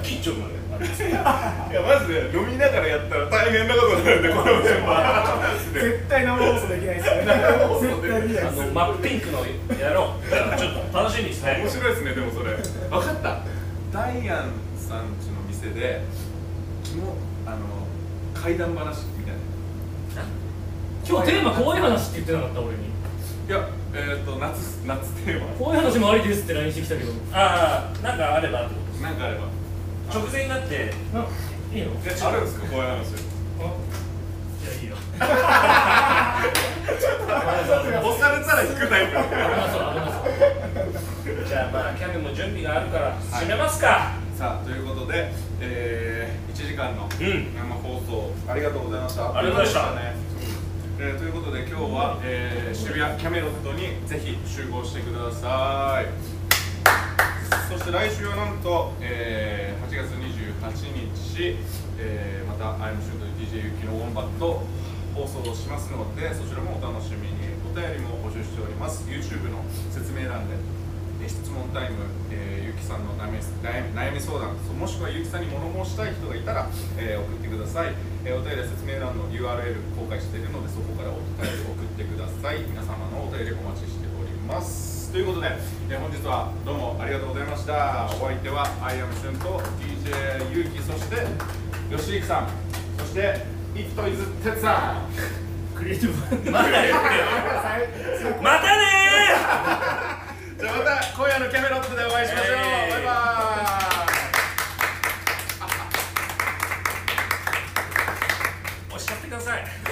A: キッチンまであるんですよ
D: いやマジで飲みながらやったら大変なことになるんでこのメンバー
E: ー絶対生放送できないですよね生放送できないです
A: あの真っピンクのやろうだからちょっと楽しみにして
D: 面白いですねでもそれ分かったダイアンさんちの店で昨日あの怪談話みたい
H: 今日テーマ怖い話って言ってなかった俺に
D: ないやえっ、と夏夏テーマ
H: 怖い話もありですって LINE してきたけど
A: ああなんかあればってこ
D: なんかあれば
A: と直前になって
H: ないい
D: えあ
H: の
D: るんですかこういう話
H: じゃあいいよ
D: 押されたら引くタイプ
A: じゃあまあキャビンも準備があるから
D: い
A: 締めます か
D: さあということで、えー、1時間の
A: ん
D: 生放送、ありがとうございました
A: ありがとうございました
D: ねえーということで今日は、えー渋谷キャメロットにぜひ集合してくださいそして来週はなんと、えー8月28日、えーまた「アイムシュート DJ ゆきのウォンバット」放送をしますのでそちらもお楽しみにお便りも募集しております YouTube の説明欄でえー質問タイム、えーゆきさんの悩み悩み悩み相談もしくはゆきさんに物申したい人がいたら、えー送ってください、えーお便りは説明欄の URL 公開しているのでそこからお便りを送ってください皆様のお便りお待ちしておりますということで、えー本日はどうもありがとうございましたお相手はアイアムシュンと DJ ゆうきそして吉井さんそしてイットイズ哲さん
H: クリエイティブ
A: またね またねー
D: じゃあまた今夜のキャメロットでお会いしましょう、
A: えい
D: バイバーイ
A: おっしゃってください